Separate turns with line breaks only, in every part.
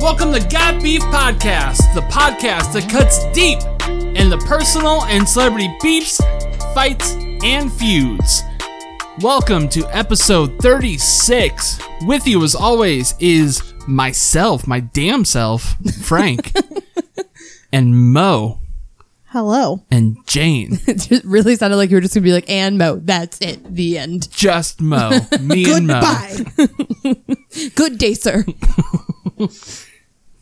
Welcome to Got Beef Podcast, the podcast that cuts deep in the personal and celebrity beefs, fights, and feuds. Welcome to episode 36. With you, as always, is myself, my damn self, Frank, and Mo,
Hello.
and Jane.
It just really sounded like you were just gonna be like, and Mo, that's it, the end.
Just Mo. Me and Mo.
Good day, sir.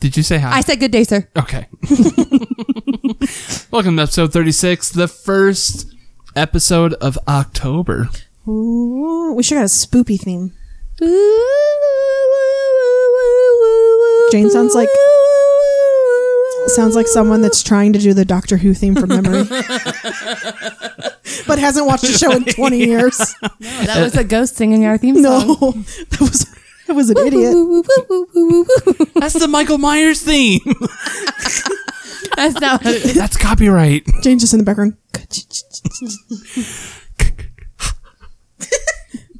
Did you say hi?
I said good day, sir.
Okay. Welcome to episode 36, the first episode of October.
Ooh, we should have got a spoopy theme. Jane sounds like- Sounds like someone that's trying to do the Doctor Who theme from memory, but hasn't watched the show in twenty years.
that was a ghost singing our theme
No, that was that was an idiot.
That's the Michael Myers theme.
That's not what it-
That's copyright.
Jane just in the background.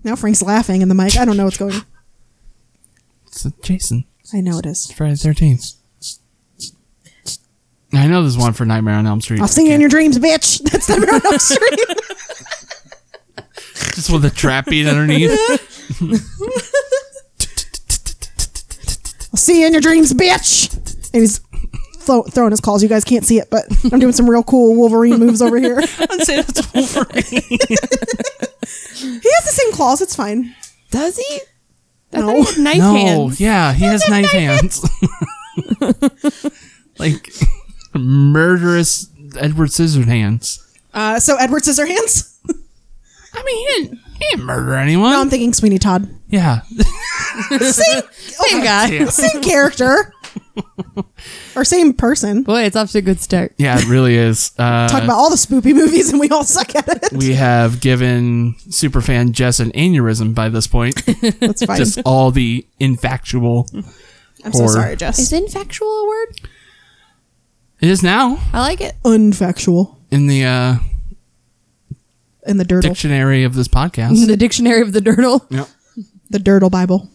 now Frank's laughing in the mic. I don't know what's going. on.
It's Jason.
I know it is.
It's Friday the 13th. I know there's one for Nightmare on Elm Street.
I'll sing it in your dreams, bitch. That's the Mare on Elm Street.
Just with a trap beat underneath.
I'll see you in your dreams, bitch. And he's throw, throwing his calls. You guys can't see it, but I'm doing some real cool Wolverine moves over here. He has
I'd say that's Wolverine.
the same claws. It's fine.
Does he? I
No.
thought he had knife
no,
hands.
yeah, he has knife hands. like murderous Edward Scissored hands.
Uh, so Edward Scissorhands.
I mean, he didn't, he didn't murder anyone.
No, I'm thinking Sweeney Todd.
yeah,
Same,
Same guy.
yeah,
same character, or same person.
Boy, it's off to a good start.
yeah, it really is. Uh,
Talk about all the spoopy movies, and we all suck at it.
we have given superfan Jess an aneurysm by this point.
That's fine.
Just all the infactual.
I'm so
horror.
sorry,
Is
Jess.
infactual a word?
It is now
I like it.
Unfactual
in the uh,
in the dirtle,
dictionary of this podcast.
The dictionary of the dirtle.
yep.
the dirtle Bible.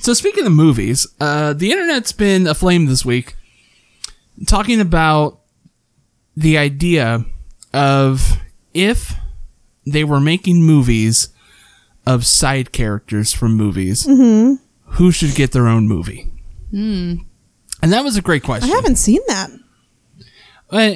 So speaking of movies, uh, the internet's been aflame this week, talking about the idea of if they were making movies of side characters from movies, who should get their own movie? And that was a great
I
question.
haven't seen that.
And-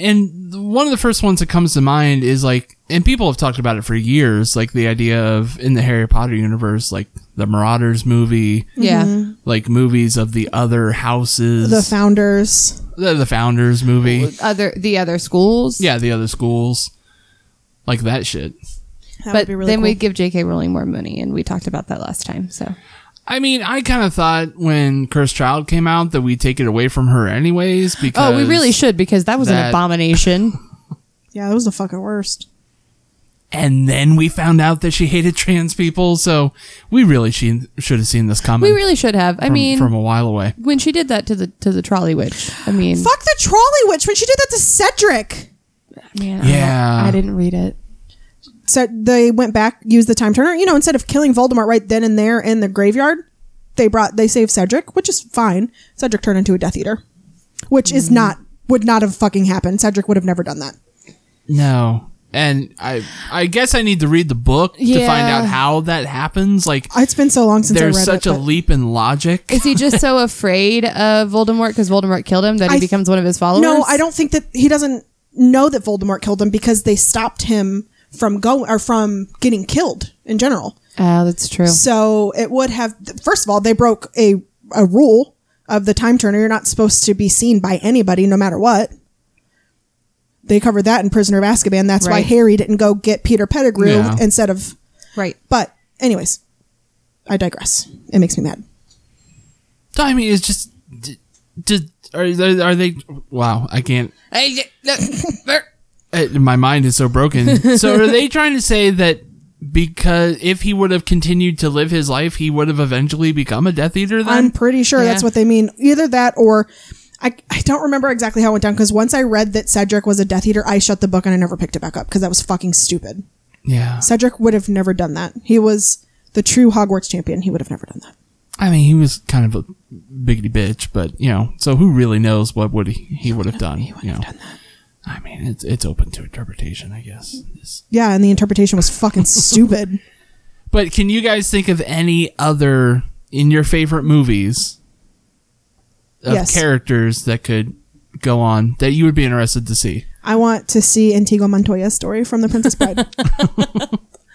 And one of the first ones that comes to mind is like, and people have talked about it for years, like the idea of in the Harry Potter universe, like the Marauders movie
Mm-hmm.
Yeah.
like movies of the other houses,
The founders.
the, the founders movie,
Other the other schools.
yeah, the other schools, like that shit.
That
But
would be really
then
cool.
we give J.K. Rowling more money, and we talked about that last time. So
I mean, I kind of thought when Cursed Child came out that we'd take it away from her anyways because
Oh, we really should because that was
that-
an abomination.
yeah, that was the fucking worst.
And then we found out that she hated trans people, so we really she- should have seen this coming.
we really should have. I
from,
mean,
from a while away.
when she did that to the to the trolley witch, I mean,
Fuck the trolley witch when she did that to Cedric.
man, I don't-
Yeah.
I, didn't read it.
So they went back, used the time turner. You know, instead of killing Voldemort right then and there in the graveyard, they brought they saved Cedric, which is fine. Cedric turned into a Death Eater, which is
Mm.
not would not have fucking happened. Cedric would have never done that.
No. And I, I guess I need to read the book to find
Yeah.
out how that happens. Like,
It's been so long since I
there's
read
such
it,
a
but
leap in logic.
Is he just so afraid of Voldemort because Voldemort killed him that he
I-
becomes one of his followers?
no, I don't think that he doesn't know that Voldemort killed him because they stopped him from going or from getting killed in general.
Oh, that's true.
So it would have. First of all, they broke a a rule of the time turner. You're not supposed to be seen by anybody, no matter what. They covered that in Prisoner of Azkaban. That's why
Right.
Harry didn't go get Peter Pettigrew
Yeah.
instead of.
Right.
But anyways, I digress. It makes me mad.
So, I mean, it's just. d- d- are, they, are they. Wow, I can't. uh, My mind is so broken. so, are they trying to say that because if he would have continued to live his life, he would have eventually become a Death Eater then?
I'm pretty sure that's
Yeah.
what they mean. Either that or. I, I don't remember exactly how it went down because once I read that Cedric was a Death Eater, I shut the book and I never picked it back up because that was fucking stupid.
yeah.
Cedric would have never done that. He was the true Hogwarts champion. He would have never done that.
I mean, he was kind of a biggity bitch, but you know, so who really knows what would he, he would have done? you know, I mean, it's it's open to interpretation, I guess. It's-
Yeah, and the interpretation was fucking stupid.
But can you guys think of any other in your favorite movies of
Yes.
characters that could go on that you would be interested to see?
I want to see Antigua Montoya's story from The Princess Bride.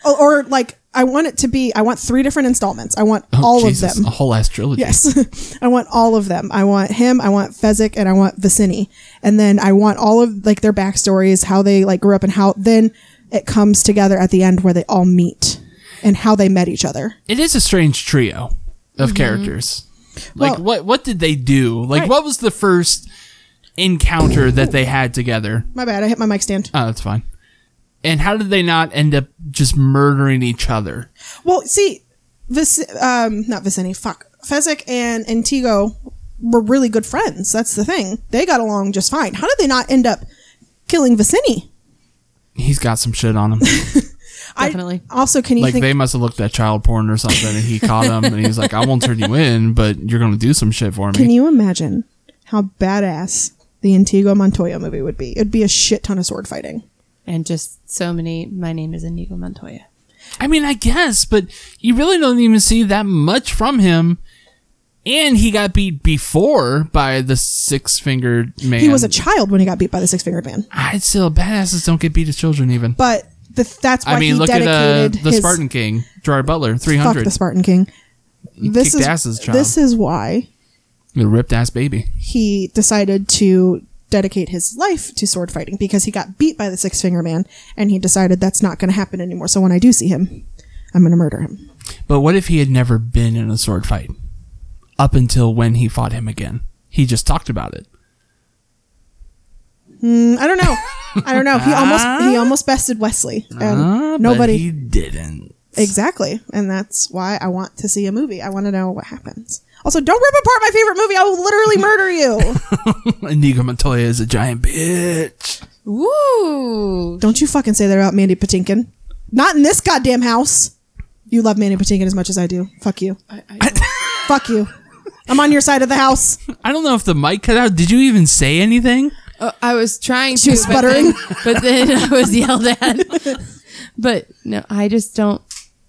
or, or, like, I want it to be, I want three different installments. I want
Oh,
all
Jesus,
of them.
a whole ass trilogy.
Yes. I want all of them. I want him, I want Fezzik, and I want Vicini. And then I want all of like their backstories, how they like grew up and how then it comes together at the end where they all meet and how they met each other.
it is a strange trio of characters. Like
Mm-hmm. Well-
what what did they do? Like
Right.
what was the first encounter that they had together?
My bad, I hit my mic stand.
Oh, that's fine. And how did they not end up just murdering each other?
Well, see, this um not Vicini, fuck. Fezzik and Antigo were really good friends. That's the thing. They got along just fine. How did they not end up killing Vicini?
He's got some shit on him.
I-
Definitely.
also, can you
Like
think
they must have looked at child porn or something, and he caught him, and he's like, "I won't turn you in, but you're gonna do some shit for me."
Can you imagine how badass the Antigua Montoya movie would be? It'd be a shit ton of sword fighting.
And just so many. My name is Inigo Montoya.
I mean, I guess, but you really don't even see that much from him. And he got beat before by the six fingered man.
He was a child when he got beat by the six fingered man,
I'd still badasses don't get beat as children even.
but the, that's why
I mean,
he
look at uh,
dedicated
the
his
Spartan King, Gerard Butler, three
fuck
hundred,
the Spartan King. This
kicked
is
ass as a child.
this is why
the ripped ass baby.
he decided to dedicate his life to sword fighting because he got beat by the six finger man and he decided that's not going to happen anymore. So when I do see him, I'm going to murder him.
But what if he had never been in a sword fight up until when he fought him again? He just talked about it.
Mm, I don't know. I don't know. He almost he almost bested Wesley and
Uh,
nobody
but he didn't.
Exactly. And that's why I want to see a movie. I want to know what happens. Also, don't rip apart my favorite movie. I will literally murder you.
Inigo Montoya is a giant bitch.
Woo!
don't you fucking say that about Mandy Patinkin. Not in this goddamn house. You love Mandy Patinkin as much as I do. Fuck you. Fuck you. I'm on your side of the house.
I don't know if the mic cut out. Did you even say anything?
Oh, I was trying to.
She was
but
sputtering.
then- But then, I was yelled at. but no, I just don't.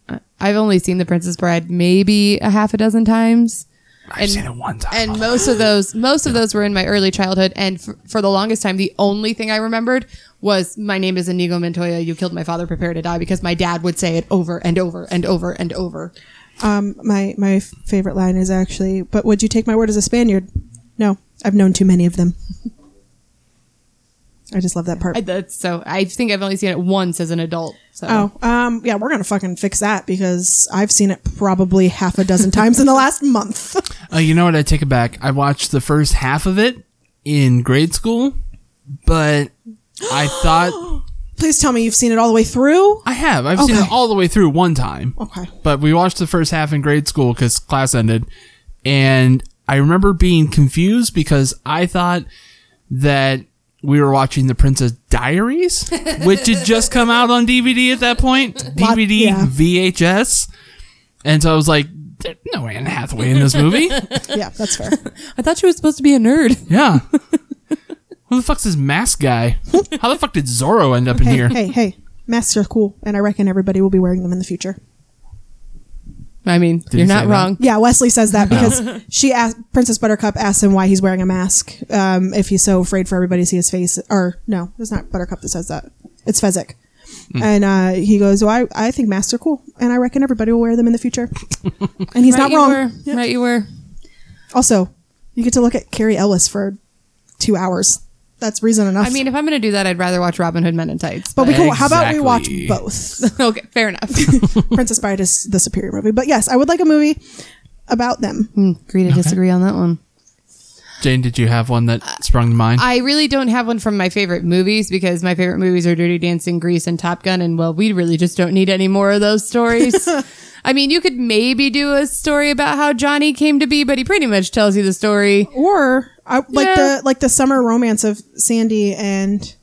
I- I've only seen The Princess Bride maybe a half a dozen times. Oh.
I've seen it one time.
and most of those most of those were in my early childhood and for, for the longest time the only thing i remembered was my name is inigo montoya you killed my father prepare to die because my dad would say it over and over and over and over
Um, my my favorite line is actually, but would you take my word as a Spaniard? No, I've known too many of them. I just love that part.
I, that's so i think i've only seen it once as an adult so
Oh, um, yeah, we're gonna fucking fix that because I've seen it probably half a dozen times in the last month.
Uh, you know what? I take it back. I watched the first half of it in grade school, but I thought
Please tell me you've seen it all the way through.
I have. I've seen it
Okay.
all the way through one time.
Okay.
But we watched the first half in grade school because class ended. And I remember being confused because I thought that we were watching The Princess Diaries, which had just come out on DVD at that point. DVD,
yeah.
VHS. And so I was like, "There's no Anne Hathaway in this movie.
Yeah, that's fair.
i thought she was supposed to be a nerd
Yeah. Who the fuck's this mask guy? How the fuck did Zorro end up in
hey,
here?
hey, hey, masks are cool, and I reckon everybody will be wearing them in the future.
i mean
he
you're
say
not
that?
wrong
Yeah, Wesley says that because she asked Princess Buttercup asked him why he's wearing a mask. Um, if he's so afraid for everybody to see his face, or no, it's not Buttercup that says that. It's Fezzik.
Hmm.
And uh, he goes, well, I, I think masks are cool, and I reckon everybody will wear them in the future. And he's not
you
wrong.
were. right you were
Also, you get to look at Carrie Ellis for two hours. That's reason enough.
i mean if i'm gonna do that i'd rather watch robin hood men in tights
but we can, how about we watch
Exactly.
both?
okay fair enough
Princess Bride is the superior movie. But yes, I would like a movie about them.
Hmm, agree to disagree on that one
Jane, did you have one that
Uh,
sprung to mind?
I really don't have one from my favorite movies because my favorite movies are Dirty Dancing, Grease, and Top Gun. And well, we really just don't need any more of those stories. I mean, you could maybe do a story about how Johnny came to be, but he pretty much tells you the story.
Or I, like
Yeah.
the like the summer romance of Sandy and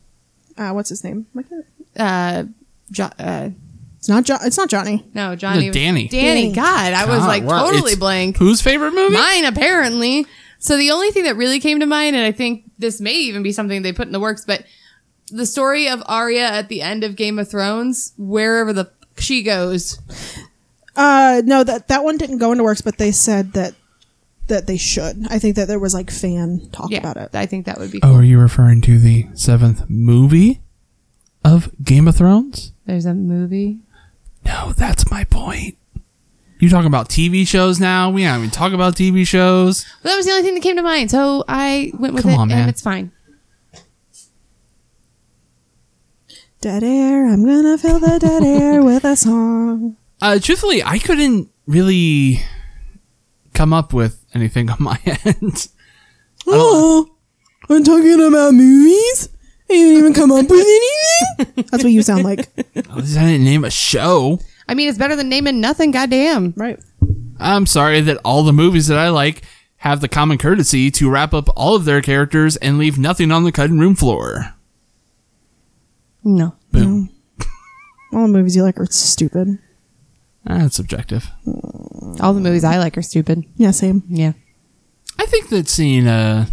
uh, what's his name? Am I gonna-
Uh, jo- uh,
It's not. Jo- it's not Johnny.
No, Johnny.
No, Danny.
Danny.
Danny.
God, I was
God,
like
Ah, wow,
totally
it's
blank.
Whose favorite movie?
Mine, apparently. So the only thing that really came to mind, and I think this may even be something they put in the works, but the story of Arya at the end of Game of Thrones, wherever the f- she goes.
Uh, no that that one didn't go into works, but they said that that they should. I think that there was like fan talk
Yeah,
about it.
I think that would be.
Oh, are you referring to the seventh movie of Game of Thrones?
There's a movie.
No, that's my point. You talking about TV shows now? We don't even talk about TV shows.
But that was the only thing that came to mind, so I went with
Come
it,
on, man.
and it's fine.
Dead air. I'm gonna fill the dead air with a song.
Uh, truthfully, I couldn't really come up with anything on my end.
Oh, I'm talking about movies. I didn't even come up with anything. That's what you sound like,
At least I didn't name a show.
I mean, it's better than naming nothing. Goddamn.
right?
I'm sorry that all the movies that I like have the common courtesy to wrap up all of their characters and leave nothing on the cutting room floor.
No.
Boom.
All the movies you like are stupid.
That's subjective.
All the movies I like are stupid.
Yeah, same.
Yeah.
I think that seeing uh,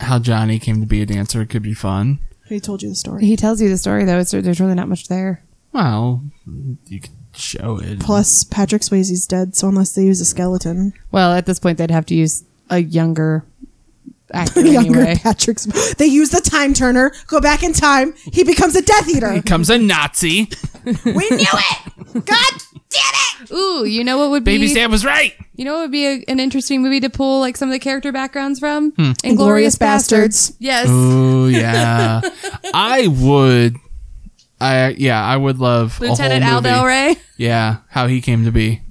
how Johnny came to be a dancer could be fun.
He told you the story.
He tells you the story though. It's, there's really not much there.
Well, you could show it.
Plus, Patrick Swayze's dead, so unless they use a skeleton,
Well, at this point, they'd have to use a younger actor
younger
anyway.
Patrick, Sw- they use the time turner. Go back in time. He becomes a Death Eater.
Here comes a Nazi.
we knew it. God
Ooh, you know what would be?
Baby Sam was right.
You know what would be a, an interesting movie to pull like some of the character backgrounds from?
Hmm.
Inglorious Bastards.
Yes.
Oh yeah, I would. I yeah, I would love
Lieutenant
a whole
Al
movie.
Del Rey.
Yeah, how he came to be.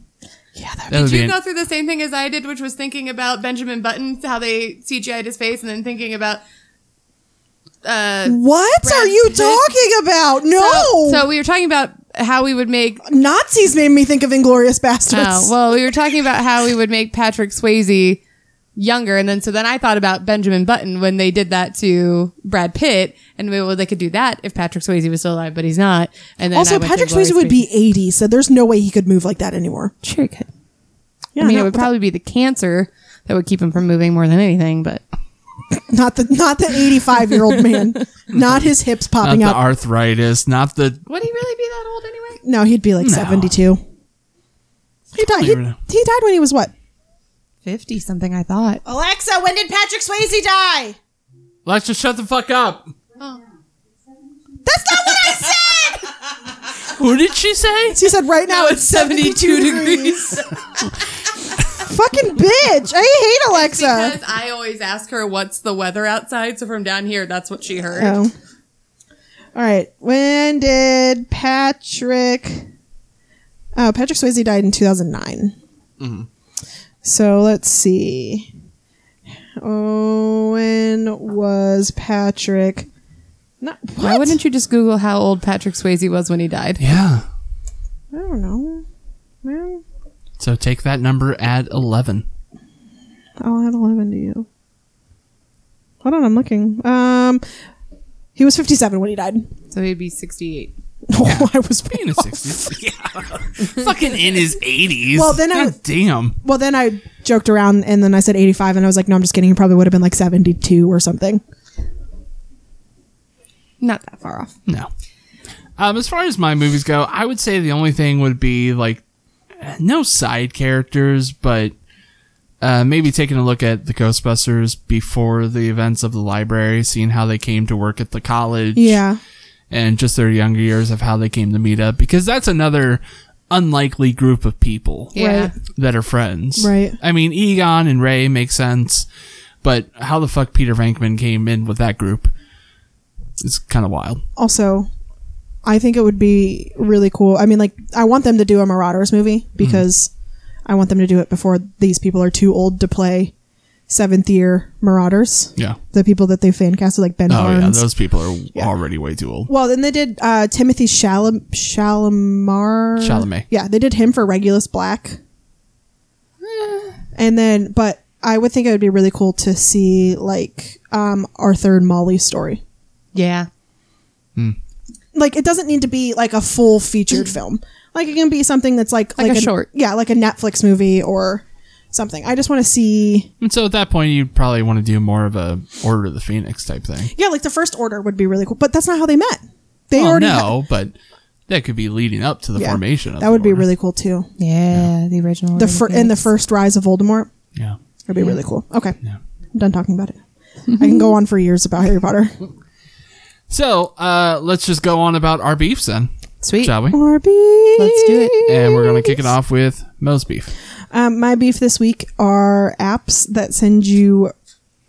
Yeah, that'd
That would
Did
be
you
an-
go through the same thing as I did, which was thinking about Benjamin Button, how they CGI'd his face, and then thinking about. Uh,
What
Brad
are you
Pitt.
talking about? No,
so, so we were talking about how we would make.
Nazis made me think of Inglorious Bastards.
Oh, well, we were talking about how we would make Patrick Swayze younger, and then so then I thought about Benjamin Button when they did that to Brad Pitt, and we, well, they could do that if Patrick Swayze was still alive, but he's not. And then I
also,
went to
Patrick Swayze would be
Inglourious
eighty, so there's no way he could move like that anymore.
Bastards. sure he could.
Yeah,
I mean,
no,
it would probably be the cancer that would keep him from moving more than anything, but
not the not the eighty five year old man, not his hips
Not
popping
the
out.
arthritis, not the
would he really be that old anyway?
no, he'd be like seventy two. He died. He, he
even know.
died when he was what?
50 something, I thought.
Alexa, when did Patrick Swayze die?
Let's just shut the fuck up.
That's not what I said.
Who did she say?
She said right now it's seventy two degrees. Fucking bitch! I hate Alexa.
Because I always ask her what's the weather outside, so from down here, that's what she heard.
Oh. All right. When did Patrick? Oh, Patrick Swayze died in 2009. So let's see. Oh, when was Patrick? Not, what?
Why wouldn't you just Google how old Patrick Swayze was when he died?
Yeah.
I don't know. Well,
So take that number at eleven.
I'll add 11 to you. Hold on, I'm looking. Um, he was 57 when he died.
So he'd be 68.
Oh, I was
In his sixties. yeah. Fucking in his eighties.
Well, then I-
God damn.
Well, then I joked around and then I said 85 and I was like, no, I'm just kidding. It probably would have been like 72 or something.
Not that far off.
No. Um, as far as my movies go, I would say the only thing would be like no side characters, but uh, maybe taking a look at the Ghostbusters before the events of the library, seeing how they came to work at the college,
Yeah.
and just their younger years of how they came to meet up, because that's another unlikely group of people
Yeah.
Right.
that are friends.
Right.
I mean, Egon and Ray make sense, but how the fuck Peter Venkman came in with that group is kind of wild.
Also, I think it would be really cool. I mean, like, I want them to do a Marauders movie because I want them to do it before these people are too old to play seventh year Marauders.
Yeah.
The people that they fan casted, like Ben
Oh yeah,
Barnes.
those people are already way too old.
well, then they did uh, Timothy Shalam- Shalamar.
Chalamet.
Yeah, they did him for Regulus Black.
Eh.
And then, but I would think it would be really cool to see like um, Arthur and Molly's story.
Yeah.
Like, it doesn't need to be like a full featured film. Like it can be something that's like
Like a
an-
short.
yeah, like a Netflix movie or something. I just want to see.
And so at that point, you probably want to do more of a Order of the Phoenix type thing.
Yeah, like the first order would be really cool, but that's not how they met. They
well,
already
Oh, no,
had-
but that could be leading up to the
yeah.
formation. Of
That
the
would be
Order.
really cool too.
Yeah, the original.
The fir- and the first rise of Voldemort
yeah.
would be really cool. Okay,
Yeah.
I'm done talking about it. I can go on for years about Harry Potter.
Oh, So uh, let's just go on about our beefs then,
Sweet.
shall we?
Or beef.
Let's do it.
And we're gonna kick it off with Mo's beef.
Um, my beef this week are apps that send you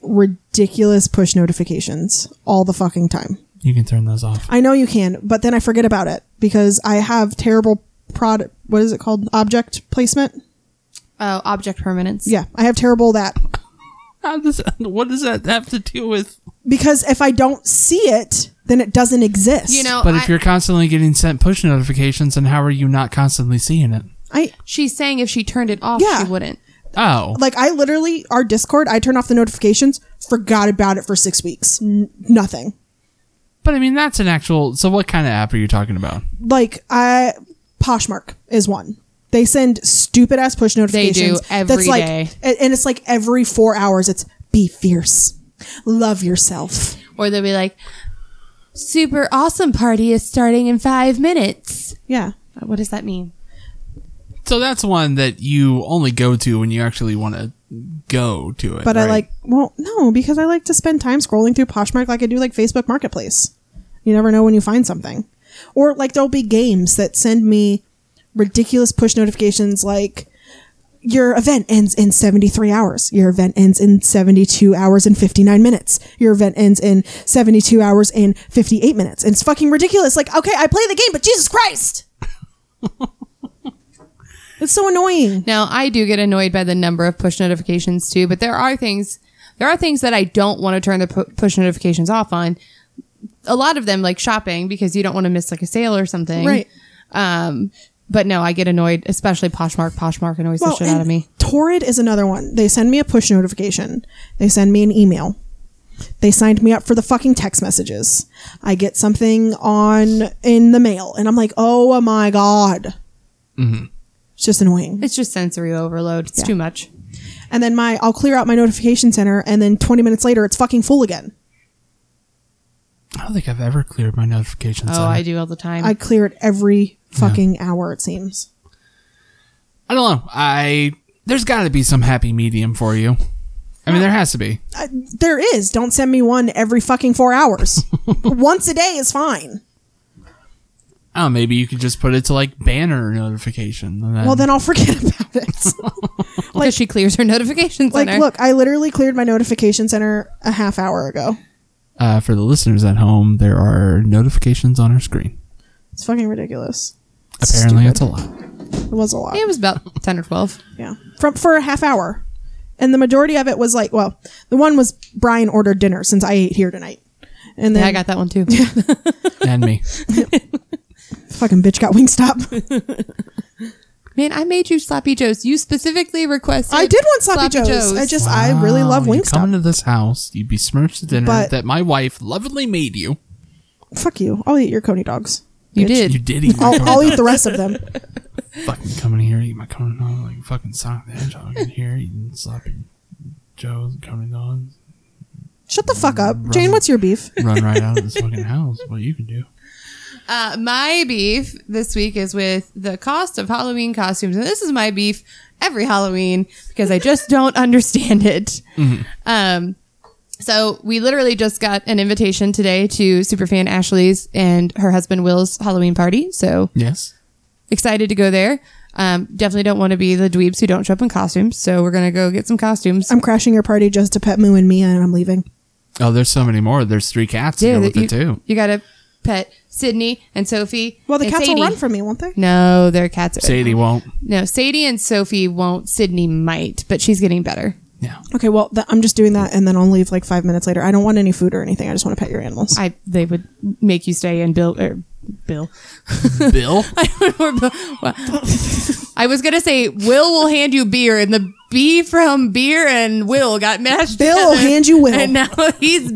ridiculous push notifications all the fucking time.
You can turn those off.
I know you can, but then I forget about it because I have terrible product. What is it called? Object placement.
Oh, object permanence.
Yeah, I have terrible that
How does what does that have to do with?
because if I don't see it, then it doesn't exist.
You know,
But if
Oh, I-
you're constantly getting sent push notifications, then how are you not constantly seeing it?
I
she's saying if she turned it off,
Yeah.
she wouldn't.
Oh,
like I literally our Discord. I turn off the notifications. Forgot about it for six weeks. N- nothing.
but I mean that's an actual. So what kind of app are you talking about?
like I Poshmark is one. They send stupid ass push notifications.
every
that's like,
day.
a- and it's like every four hours. It's be fierce, love yourself.
Or they'll be like, super awesome party is starting in five minutes.
Yeah,
What does that mean?
So that's one that you only go to when you actually want to go to it.
but I
right?
like well, no, because I like to spend time scrolling through Poshmark like I do like Facebook Marketplace. You never know when you find something, or like there'll be games that send me ridiculous push notifications like. Your event ends in 73 hours. Your event ends in 72 hours and 59 minutes. Your event ends in 72 hours and 58 minutes. And it's fucking ridiculous. Like, okay, I play the game, but Jesus Christ. it's so annoying.
Now, I do get annoyed by the number of push notifications too, but there are things there are things that I don't want to turn the pu- push notifications off on. A lot of them like shopping because you don't want to miss like a sale or something.
Right.
Um but no, I get annoyed, especially Poshmark. Poshmark annoys the shit out
and
of me.
Torrid is another one. They send me a push notification. They send me an email. They signed me up for the fucking text messages. I get something on in the mail, and I'm like, oh my god,
Mm-hmm.
it's just annoying.
It's just sensory overload. It's too much.
And then my, I'll clear out my notification center, and then 20 minutes later, it's fucking full again.
I don't think I've ever cleared my notifications.
Oh, I do all the time.
I clear it every fucking hour, it seems.
I don't know. I there's got to be some happy medium for you. I mean, there has to be.
I, there is. Don't send me one every fucking four hours. Once a day is fine.
Oh, maybe you could just put it to like banner notification. And then,
Well, then I'll forget about it.
because she clears her notifications
like,
center.
look, I literally cleared my notification center a half hour ago.
uh, for the listeners at home, there are notifications on our screen.
It's fucking ridiculous.
Apparently, it's a lot.
It was a lot.
It was about ten or twelve.
Yeah. From for a half hour. And the majority of it was like, well, the one was Brian ordered dinner since I ate here tonight. And then
Yeah, I got that one too.
and me.
fucking bitch got Wingstop.
Man, I made you sloppy joes. You specifically requested.
I did want sloppy, joes. I just I really love
Wow, you Come
Wingstop.
into this house, you besmirch the dinner
But-
that my wife lovingly made you.
Fuck you. I'll eat your Coney dogs.
you
bitch.
did.
You did eat my
I'll,
i
I'll eat the rest of them.
fucking coming here, eat my coming on like fucking sock the hedgehog in here, eating sloppy joes, coming on,
Shut the fuck up. Jane, what's your beef?
run right out of this fucking house. What you can do?
Uh, my beef this week is with the cost of Halloween costumes, and this is my beef every Halloween because I just don't understand it.
Mm-hmm.
Um, so we literally just got an invitation today to superfan Ashley's and her husband Will's Halloween party. So
Yes.
excited to go there. Um, definitely don't want to be the dweebs who don't show up in costumes. So we're gonna go get some costumes.
I'm crashing your party just to pet Moo and Mia and I'm leaving.
Oh, there's so many more. There's three cats to go with
you,
it too.
you gotta pet Sydney and Sophie.
Well, the
and
cats
Sadie.
will run from me, won't they?
No, their cats are
Sadie won't.
No, Sadie and Sophie won't. Sydney might, but she's getting better.
Yeah.
Okay, well, th- I'm just doing that and then I'll leave like five minutes later. I don't want any food or anything. I just want to pet your animals.
I they would make you stay and build or Bill.
Bill.
Or Bill- well, I was gonna say Will will hand you beer, and the B from beer and Will got mashed.
Bill will
together,
hand you Will.
and now he's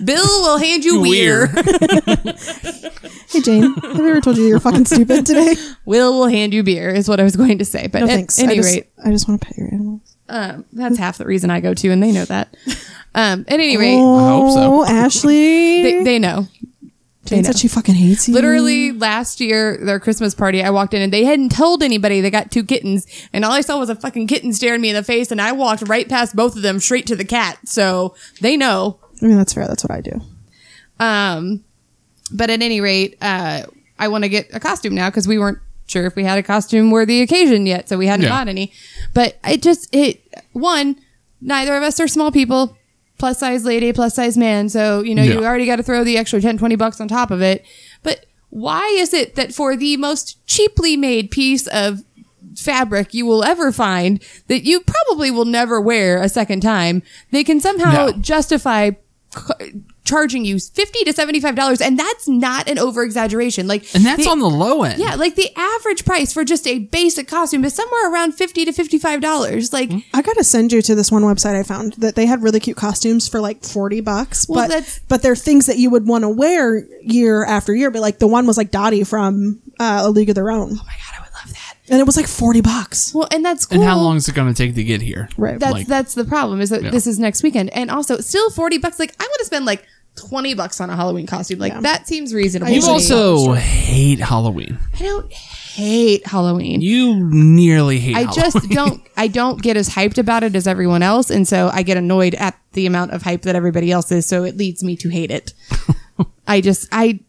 Bill will hand you
Weir.
weir.
Hey Jane, have I ever told you you're fucking stupid today?
Will will hand you beer is what I was going to say, but
No
at
thanks.
any
I just,
rate,
I just want to pet your animals.
um, that's half the reason I go to, and they know that. Um, at any rate,
hope so.
Oh, Ashley,
they, they know.
Jane uh, said she fucking hates you.
Literally last year, their Christmas party, I walked in and they hadn't told anybody they got two kittens, and all I saw was a fucking kitten staring me in the face, and I walked right past both of them straight to the cat. So they know.
I mean, that's fair. That's what I do.
Um, but at any rate, uh, I want to get a costume now because we weren't sure if we had a costume worthy occasion yet, so we hadn't
Yeah.
bought any. But it just it one, neither of us are small people, plus size lady, plus size man. So you know you
Yeah.
already got to throw the extra 10, 20 bucks on top of it. But why is it that for the most cheaply made piece of fabric you will ever find that you probably will never wear a second time, they can somehow
No.
justify c- charging you 50 to 75 dollars and that's not an over exaggeration like
And that's
they-
on the low end.
yeah like the average price for just a basic costume is somewhere around 50 to 55 dollars like
Mm-hmm.
I gotta send you to this one website I found that they had really cute costumes for like forty bucks,
Well, that's-
but but they're things that you would want to wear year after year. But like the one was like Dottie from uh, A League of Their Own,
Oh my god i would love that
and it was like forty bucks.
well and that's cool
And how long is it going to take to get here?
Right.
that's
like-
that's the problem is that
Yeah.
this is next weekend and also still 40 bucks like i want to spend like 20 bucks on a halloween costume like that seems reasonable
You
to me.
also hate Halloween.
i don't hate halloween
You nearly hate.
I
Halloween.
just don't. I don't get as hyped about it as everyone else, and so I get annoyed at the amount of hype that everybody else is. So it leads me to hate it. I just I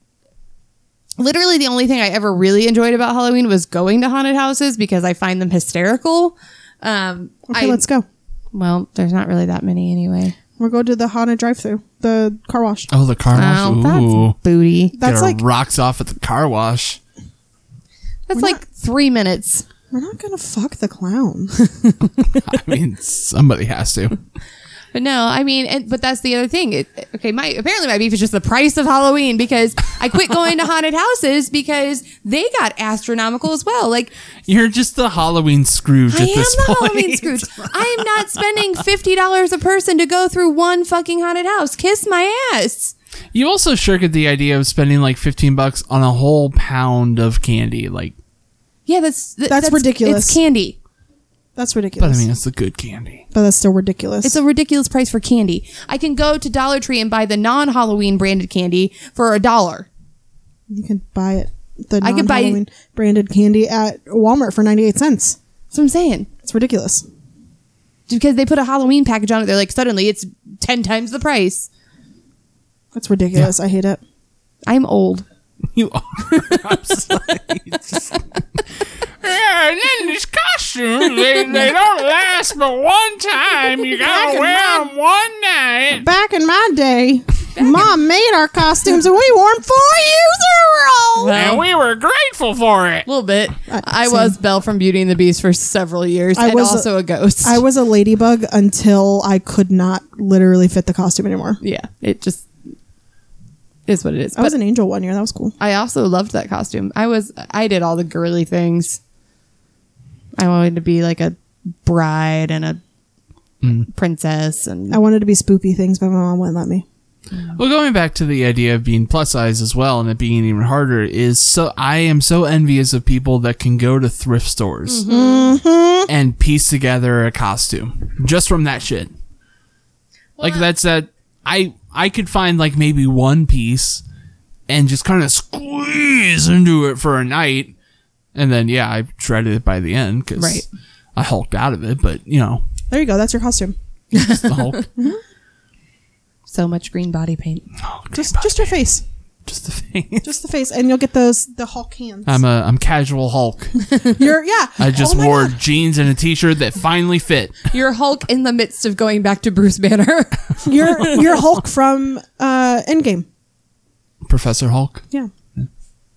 literally the only thing I ever really enjoyed about Halloween was going to haunted houses because I find them hysterical. Um,
Okay,
I,
let's go.
Well, there's not really that many anyway.
We'll go to the haunted drive-through, the car wash.
Oh, the car wash.
Oh,
Ooh,
that's booty.
Get our
That's like
rocks off at the car wash.
That's like three minutes.
we're not gonna fuck the clown.
I mean, somebody has to.
But no, I mean, and, but that's the other thing. It, okay, my apparently my beef is just the price of Halloween because I quit going to haunted houses because they got astronomical as well. Like
You're just the Halloween Scrooge
I
at
am
this
the
point.
Halloween Scrooge. I am not spending fifty dollars a person to go through one fucking haunted house. Kiss my ass.
You also shirk at the idea of spending like 15 bucks on a whole pound of candy. Like,
Yeah, that's that-
That's ridiculous.
It's candy.
That's
but I
ridiculous.
mean, it's the good candy.
But that's still ridiculous.
It's a ridiculous price for candy. I can go to Dollar Tree and buy the non-Halloween branded candy for a dollar.
you can buy it. The
I
I
could
could
buy-
branded candy at Walmart for ninety eight cents.
That's what I'm saying.
It's ridiculous.
Because they put a Halloween package on it, they're like suddenly it's ten times the price.
That's ridiculous. I hate it.
I'm old.
You are. I'm sorry. yeah, and then these costumes, they, they don't last but one time. You gotta wear them one night.
Back in my day, mom made our costumes and we wore them for years in a row.
Well,
we were grateful for it.
a little bit. I
Uh, same.
was Belle from Beauty and the Beast for several years,
I
and
was a-
also a ghost.
I was a ladybug until I could not literally fit the costume anymore.
yeah, it just is what it is.
I was
But
an angel one year. That was cool.
I also loved that costume. I was. I did all the girly things. I wanted to be like a bride and a princess, and
I wanted to be spoopy things, but my mom wouldn't let me.
Well, going back to the idea of being plus size as well and it being even harder is so I am so envious of people that can go to thrift stores and piece together a costume just from that shit. like that's that I I could find like maybe one piece and just kind of squeeze into it for a night and then yeah, I shredded it by the end cuz
Right.
I hulked out of it, but you know,
There you go. That's your costume.
just the hulk.
so much green body paint.
Oh,
Just, just your face.
just the face.
Just the face, and you'll get those the Hulk hands.
I'm a I'm casual hulk.
You're yeah.
I just
Oh my
wore
God.
jeans and a t-shirt that finally fit.
You're Hulk in the midst of going back to Bruce Banner.
You're you're Hulk from uh, Endgame.
Professor Hulk.
Yeah.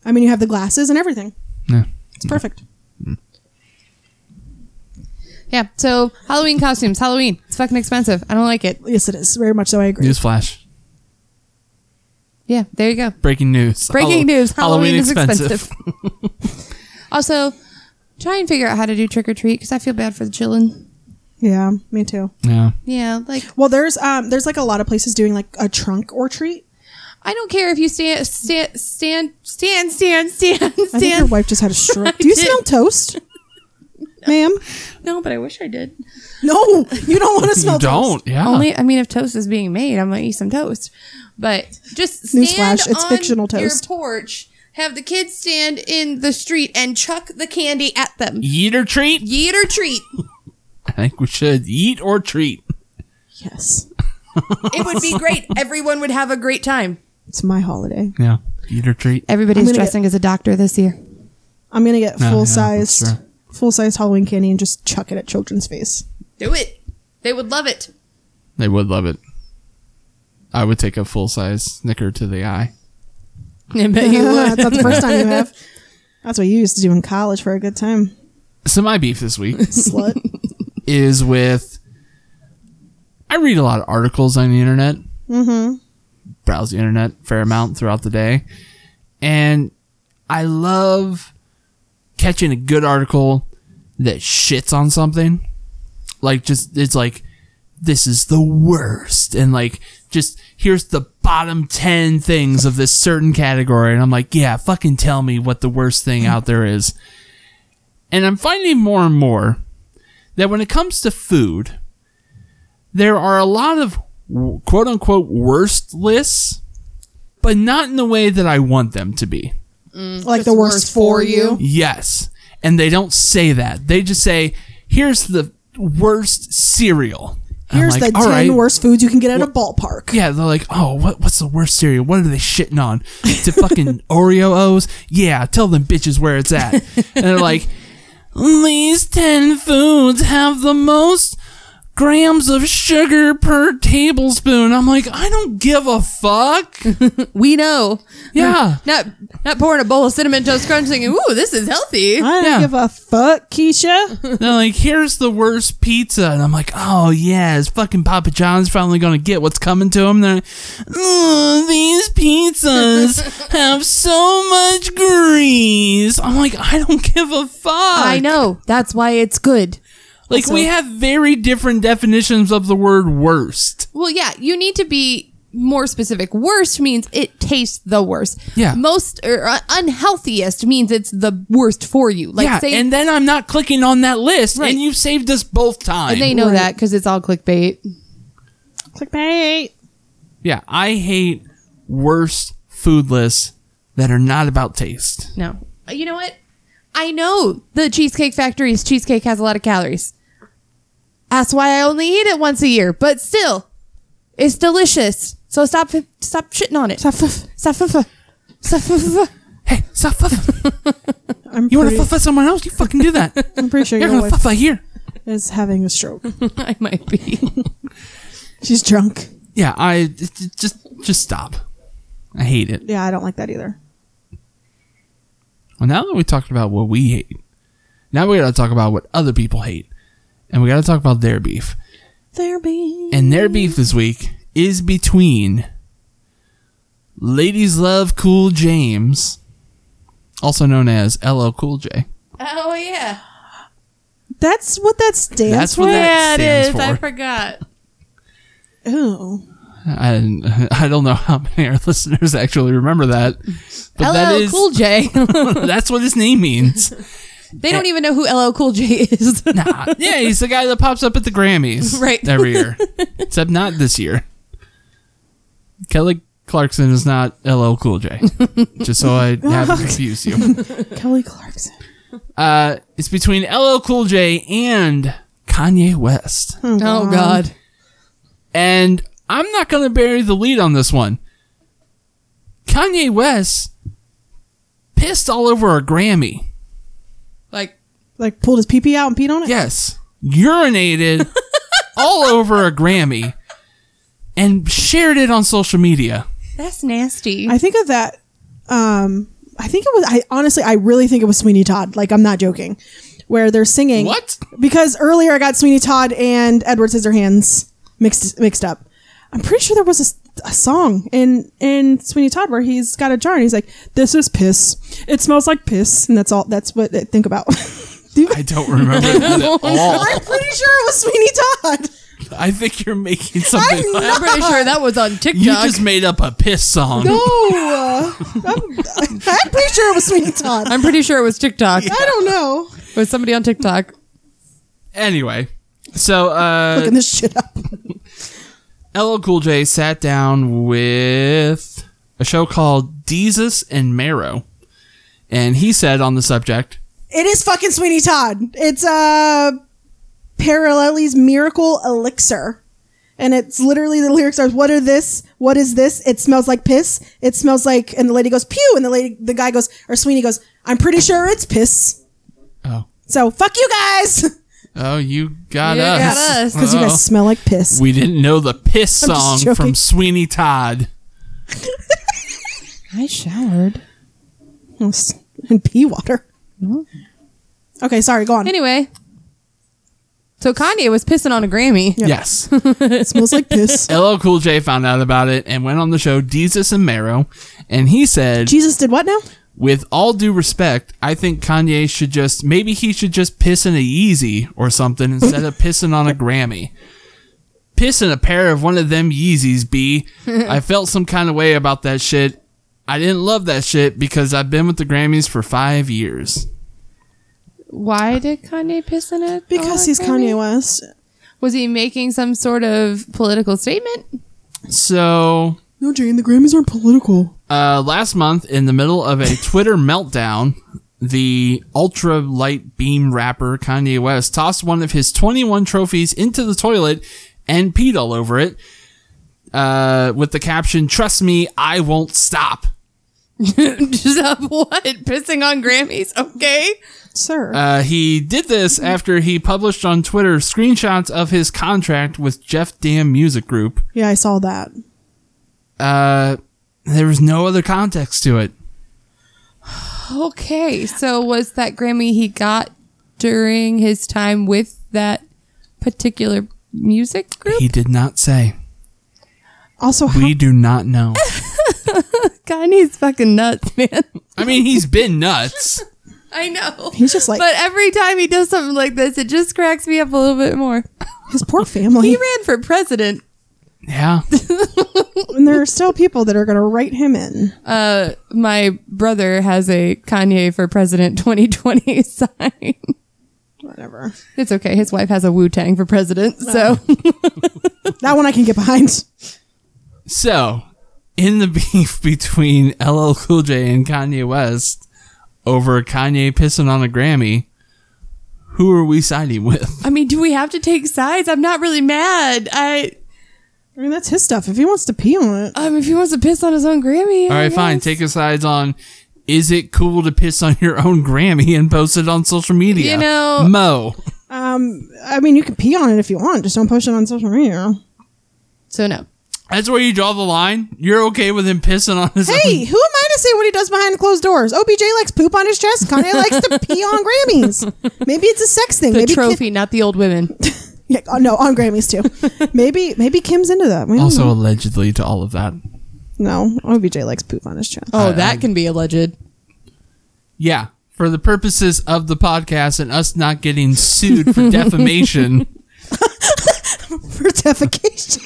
I mean, you have the glasses and everything.
Yeah.
It's perfect.
yeah. So Halloween costumes, Halloween. It's fucking expensive. I don't like it.
Yes, it is very much so. I agree.
Newsflash.
Yeah, there you go.
Breaking news.
Breaking
Hallow-
news. Halloween, is expensive. also, try and figure out how to do trick or treat because I feel bad for the children.
Yeah, me too.
Yeah.
Yeah, like
Well, there's um there's like a lot of places doing like a trunk or treat.
I don't care if you stand, stand, stand, stand, stand, stand,
I think your
stand.
wife just had a stroke. Do you
did.
smell toast, ma'am?
No, but I wish I did.
No, you don't want to smell.
You don't. Yeah.
Only, I mean, if toast is being made, I'm gonna eat some toast. But just stand
Newsflash, it's
on
fictional
Your
toast.
porch. Have the kids stand in the street and chuck the candy at them.
Eat or treat?
Yeet or treat.
I think we should. Eat or treat.
Toast. Yes,
It would be great. Everyone would have a great time.
it's my holiday.
Yeah. Eat or treat.
I'm
Everybody's
gonna
dressing as a doctor this year.
I'm gonna get
Oh, yeah,
full sized,
sure.
full sized Halloween candy and just chuck it at children's face.
Do it. They would love it.
They would love it. I would take a full size snicker to the eye.
I bet you
That's
would.
not the first time you have. That's what you used to do in college for a good time,
So my beef this week
slut.
is with I read a lot of articles on the internet. Mm-hmm. Browse the internet a fair amount throughout the day. And I love catching a good article that shits on something. Like just it's like this is the worst and like just here's the bottom 10 things of this certain category and I'm like, yeah, fucking tell me what the worst thing out there is. And I'm finding more and more that when it comes to food, there are a lot of quote unquote worst lists, but not in the way that I want them to be.
like the worst, for you.
Yes. And they don't say that. They just say, here's the worst cereal. And I'm
Here's
like,
the
"All
ten
right."
worst foods you can get at a ballpark.
Yeah, they're like, oh, what, what's the worst cereal? What are they shitting on? To fucking Oreo O's? Yeah, tell them bitches where it's at. and they're like, these 10 foods have the most grams of sugar per tablespoon. I'm like, I don't give a fuck.
We know.
Yeah.
Not not pouring a bowl of cinnamon toast crunch thinking, ooh, this is healthy.
I don't
Yeah.
give a fuck, Keisha.
They're like, here's the worst pizza. And I'm like, oh, yeah, is fucking Papa John's finally going to get what's coming to him? They're like, "Ugh, these pizzas have so much grease. I'm like, I don't give a fuck.
I know. That's why it's good.
Like, we have very different definitions of the word worst.
Well, yeah, you need to be more specific. Worst means it tastes the worst.
Yeah.
Most or uh, unhealthiest means it's the worst for you. Like
yeah.
say
and then I'm not clicking on that list.
Right.
And you've saved us both time.
they know that because it's all clickbait.
Clickbait.
yeah. I hate worst food lists that are not about taste.
No. Uh, You know what? I know the Cheesecake Factory's cheesecake has a lot of calories. That's why I only eat it once a year, but still, it's delicious. So stop stop shitting on it. Stop. Stop. Stop. stop.
Hey, stop fuffing.
I'm
You want to
pretty,
fuffa somewhere else? You fucking do that.
I'm pretty sure
You're
your
gonna
wife
fuff out here.
is having a stroke.
I might be.
She's drunk.
Yeah, I j- j- just just stop. I hate it.
Yeah, I don't like that either.
Well, now that we talked about what we hate, now we gotta talk about what other people hate, and we gotta talk about their beef.
There be
And their beef this week is between ladies love Cool James, also known as LL Cool J.
Oh yeah.
that's what that stands
That's
for.
what that stands for.
forgot.
Ooh.
I, I don't know how many our listeners actually remember that, but that
LL
is
Cool J.
that's what his name means.
they don't even know who LL Cool J is.
Nah, yeah, he's the guy that pops up at the Grammys
Right.
every year, except not this year. Kelly Clarkson is not LL Cool J. Just so I haven't confused you.
Kelly Clarkson.
Uh, it's between LL Cool J and Kanye West,
oh God.
and I'm not gonna bury the lead on this one. Kanye West pissed all over a Grammy.
Like
Like pulled his pee pee out and peed on it.
Yes. Urinated all over a Grammy and shared it on social media.
that's nasty.
I think of that. Um, I think it was. I honestly, I really think it was Sweeney Todd. Like I'm not joking. Where they're singing.
What?
Because earlier I got Sweeney Todd and Edward Scissorhands mixed mixed up. I'm pretty sure there was a s- a song in in Sweeney Todd where he's got a jar and he's like, "This is piss. It smells like piss," and that's all. That's what I think about. Do you-
I don't remember that at all.
I'm pretty sure it was Sweeney Todd.
I think you're making something.
I'm
up.
I'm pretty sure that was on TikTok.
You just made up a piss song.
No, uh, I'm, I'm pretty sure it was Sweeney Todd.
I'm pretty sure it was TikTok.
I don't know.
Uh,
It was somebody on TikTok.
Anyway, so uh,
Looking this shit up.
LL Cool J sat down with a show called Jesus and Marrow, and he said on the subject,
It is fucking Sweeney Todd. It's uh Paralleli's Miracle Elixir. And it's literally the lyrics are what are this? What is this? It smells like piss. It smells like and the lady goes pew and the lady the guy goes or Sweeney goes, I'm pretty sure it's piss.
"Oh,
So fuck you guys.
oh, you got
You got
us
us.
Because you
Oh.
guys smell like piss.
We didn't know the piss
I'm just
song
joking.
from Sweeney Todd.
I showered.
and pee water. Okay, sorry, go on.
Anyway. So Kanye was pissing on a Grammy.
Yes.
It smells like piss.
LL Cool J found out about it and went on the show Jesus and Marrow, and he said,
Jesus did what now?
"With all due respect, I think Kanye should just maybe he should just piss in a Yeezy or something instead of pissing on a Grammy. Piss in a pair of one of them Yeezys, B. I felt some kind of way about that shit. I didn't love that shit because I've been with the Grammys for five years.
Why did Kanye piss in it?
Because he's Kanye West.
Was he making some sort of political statement?
So."
No, Jane, the Grammys aren't political.
Uh, last month, in the middle of a Twitter meltdown, the ultra light beam rapper Kanye West tossed one of his 21 trophies into the toilet and peed all over it uh, with the caption, Trust me, I won't stop.
Just up what? Pissing on Grammys? Okay.
Sir.
Uh, he did this after he published on Twitter screenshots of his contract with Jeff Dam Music Group.
yeah, I saw that.
Uh, there was no other context to it.
Okay. So was that Grammy he got during his time with that particular music group?
He did not say.
Also, how
We do not know.
Kanye's fucking nuts, man.
I mean, he's been nuts.
I know.
He's just like-
But every time he does something like this, it just cracks me up a little bit more.
his poor family.
He ran for president.
Yeah.
and there are still people that are going to write him in.
Uh, my brother has a Kanye for president 2020 sign.
Whatever.
It's okay. His wife has a Wu Tang for president. So
That one I can get behind.
So, in the beef between LL Cool J and Kanye West over Kanye pissing on a Grammy, who are we siding with?
I mean, do we have to take sides? I'm not really mad. I
I mean, that's his stuff. If he wants to pee on it,
um, if he wants to piss on his own Grammy,
All
I
right, fine.
guess.
Take a sides on is it cool to piss on your own Grammy and post it on social media?
You know-
Mo.
um, I mean, you can pee on it if you want. Just don't post it on social media.
So no.
That's where you draw the line. You're okay with him pissing on his own.
Hey, who am I to say what he does behind closed doors? OBJ likes poop on his chest. Kanye likes to pee on Grammys. Maybe it's a sex thing.
The
maybe Kim-
trophy, not the old women.
yeah, oh, no, on Grammys too. maybe maybe Kim's into that. We don't
Also,
know.
allegedly to all of that.
no, OBJ likes poop on his chest.
Oh, that can be alleged.
Yeah. For the purposes of the podcast and us not getting sued for defamation.
For defecation,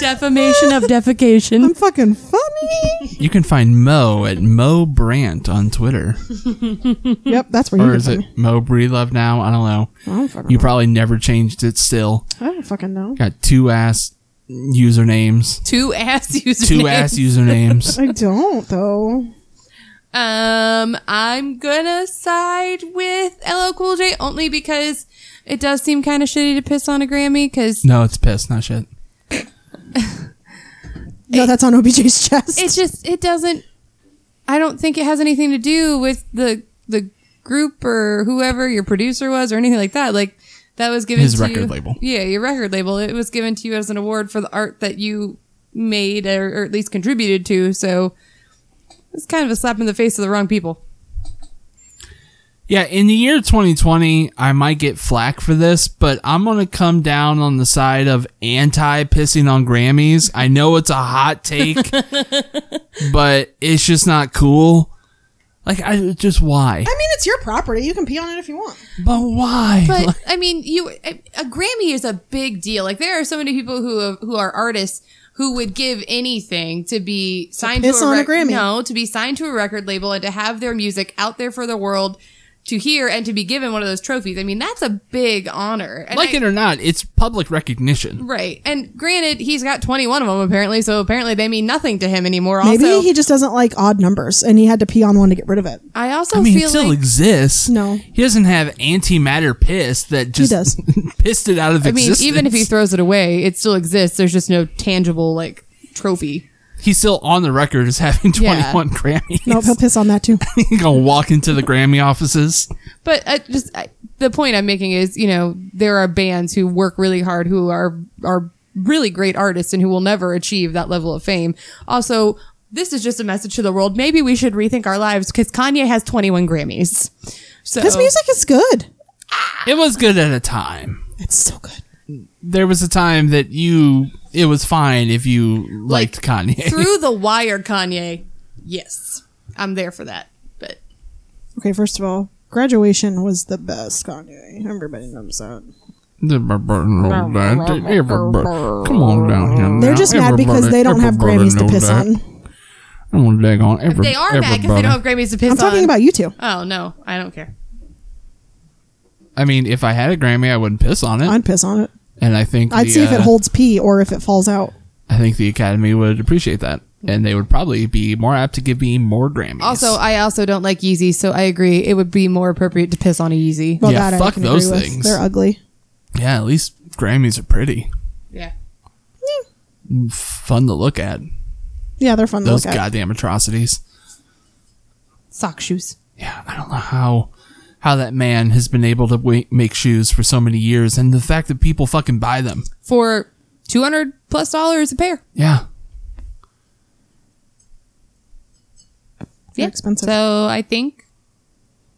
Defamation of defecation.
I'm fucking funny.
You can find Mo at Mo Brandt on Twitter,
yep, that's where you
or
can
is
find
it
me.
Mo Bree Love now? I don't know.
I don't fucking
You
know.
probably never changed it. Still
I don't fucking know.
got two ass usernames,
Two ass users.
two ass usernames.
I don't though.
Um, I'm gonna side with LL Cool J only because it does seem kind of shitty to piss on a Grammy. Because
No, it's piss, not shit.
No, that's on OBJ's chest.
it just it doesn't i don't think it has anything to do with the the group or whoever your producer was or anything like that like that was given
His
to
record
you-
label.
yeah your record label it was given to you as an award for the art that you made or, or at least contributed to so it's kind of a slap in the face of the wrong people
Yeah, in the year 2020, I might get flack for this, but I'm going to come down on the side of anti pissing on Grammys. I know it's a hot take, but it's just not cool. Like, I just why?
I mean, it's your property. You can pee on it if you want.
But why? Like,
But I mean, you a, a Grammy is a big deal. Like there are so many people who who are artists who would give anything to be signed to,
piss
a,
on a
rec-
Grammy.
No, to be signed to a record label and to have their music out there for the world to hear and to be given one of those trophies. I mean, that's a big honor. And
like
I-
it or not, it's public recognition.
right. And granted, he's got 21 of them apparently, so apparently they mean nothing to him anymore.
Maybe
also,
he just doesn't like odd numbers, and he had to pee on one to get rid of it.
I also
I mean, it
feel
still
like
exists.
No.
He doesn't have antimatter piss that just
does.
pissed it out of
I mean,
existence.
even if he throws it away, it still exists. There's just no tangible like trophy.
He's still on the record as having 21 Grammys.
Nope, he'll piss on that too.
He's going to walk into the Grammy offices.
But I just I, the point I'm making is, you know, there are bands who work really hard who are are really great artists and who will never achieve that level of fame. Also, this is just a message to the world. Maybe we should rethink our lives because Kanye has 21 Grammys. So
His music is good.
It was good at a time.
It's so good.
There was a time that you it was fine if you liked Kanye.
through the wire, Kanye. Yes, I'm there for that. But
Okay, first of all, graduation was the best Kanye. Everybody knows that.
Come on down here. now.
They're just mad because they don't have
everybody
Grammys to
know
piss
that.
on.
I'm gonna dig on every,
they are mad because they
everybody.
don't have Grammys to piss
I'm talking
on.
about you two.
oh no, I don't care.
I mean, if I had a Grammy, I wouldn't piss on it,
I'd piss on it.
and I think
I'd
the,
see if it
uh,
holds pee or if it falls out.
I think the Academy would appreciate that, and they would probably be more apt to give me more Grammys.
Also, I also don't like Yeezy, so I agree. It would be more appropriate to piss on a Yeezy.
Well,
Yeah,
that I
fuck
can
those
agree
things.
With. They're ugly.
yeah, at least Grammys are pretty,
Yeah.
fun to look at.
Yeah, they're fun to
Those
look at.
goddamn atrocities.
Sock shoes.
yeah, I don't know how how that man has been able to wa- make shoes for so many years, and the fact that people fucking buy them.
for two hundred plus dollars a pair.
Yeah,
They're expensive.
So I think,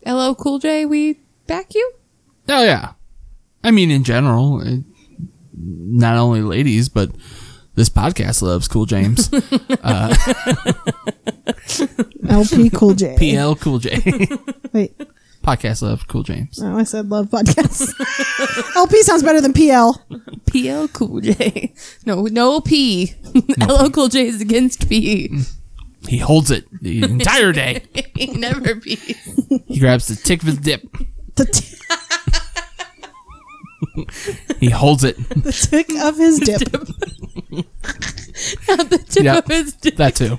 LL Cool J, we back you.
oh yeah. I mean, in general, it, not only ladies, but this podcast loves Cool James,
LP Cool J.
PL Cool J.
Wait,
podcast loves Cool James.
no, Oh, I said love podcasts. LP sounds better than PL.
PL Cool J. No, no P. LL Cool J is against P.
He holds it the entire day.
Never P.
He grabs the tip of his dip.
The, t-
He holds it.
the tick of his dip.
Not the tip
Yep.
of his dick.
That too.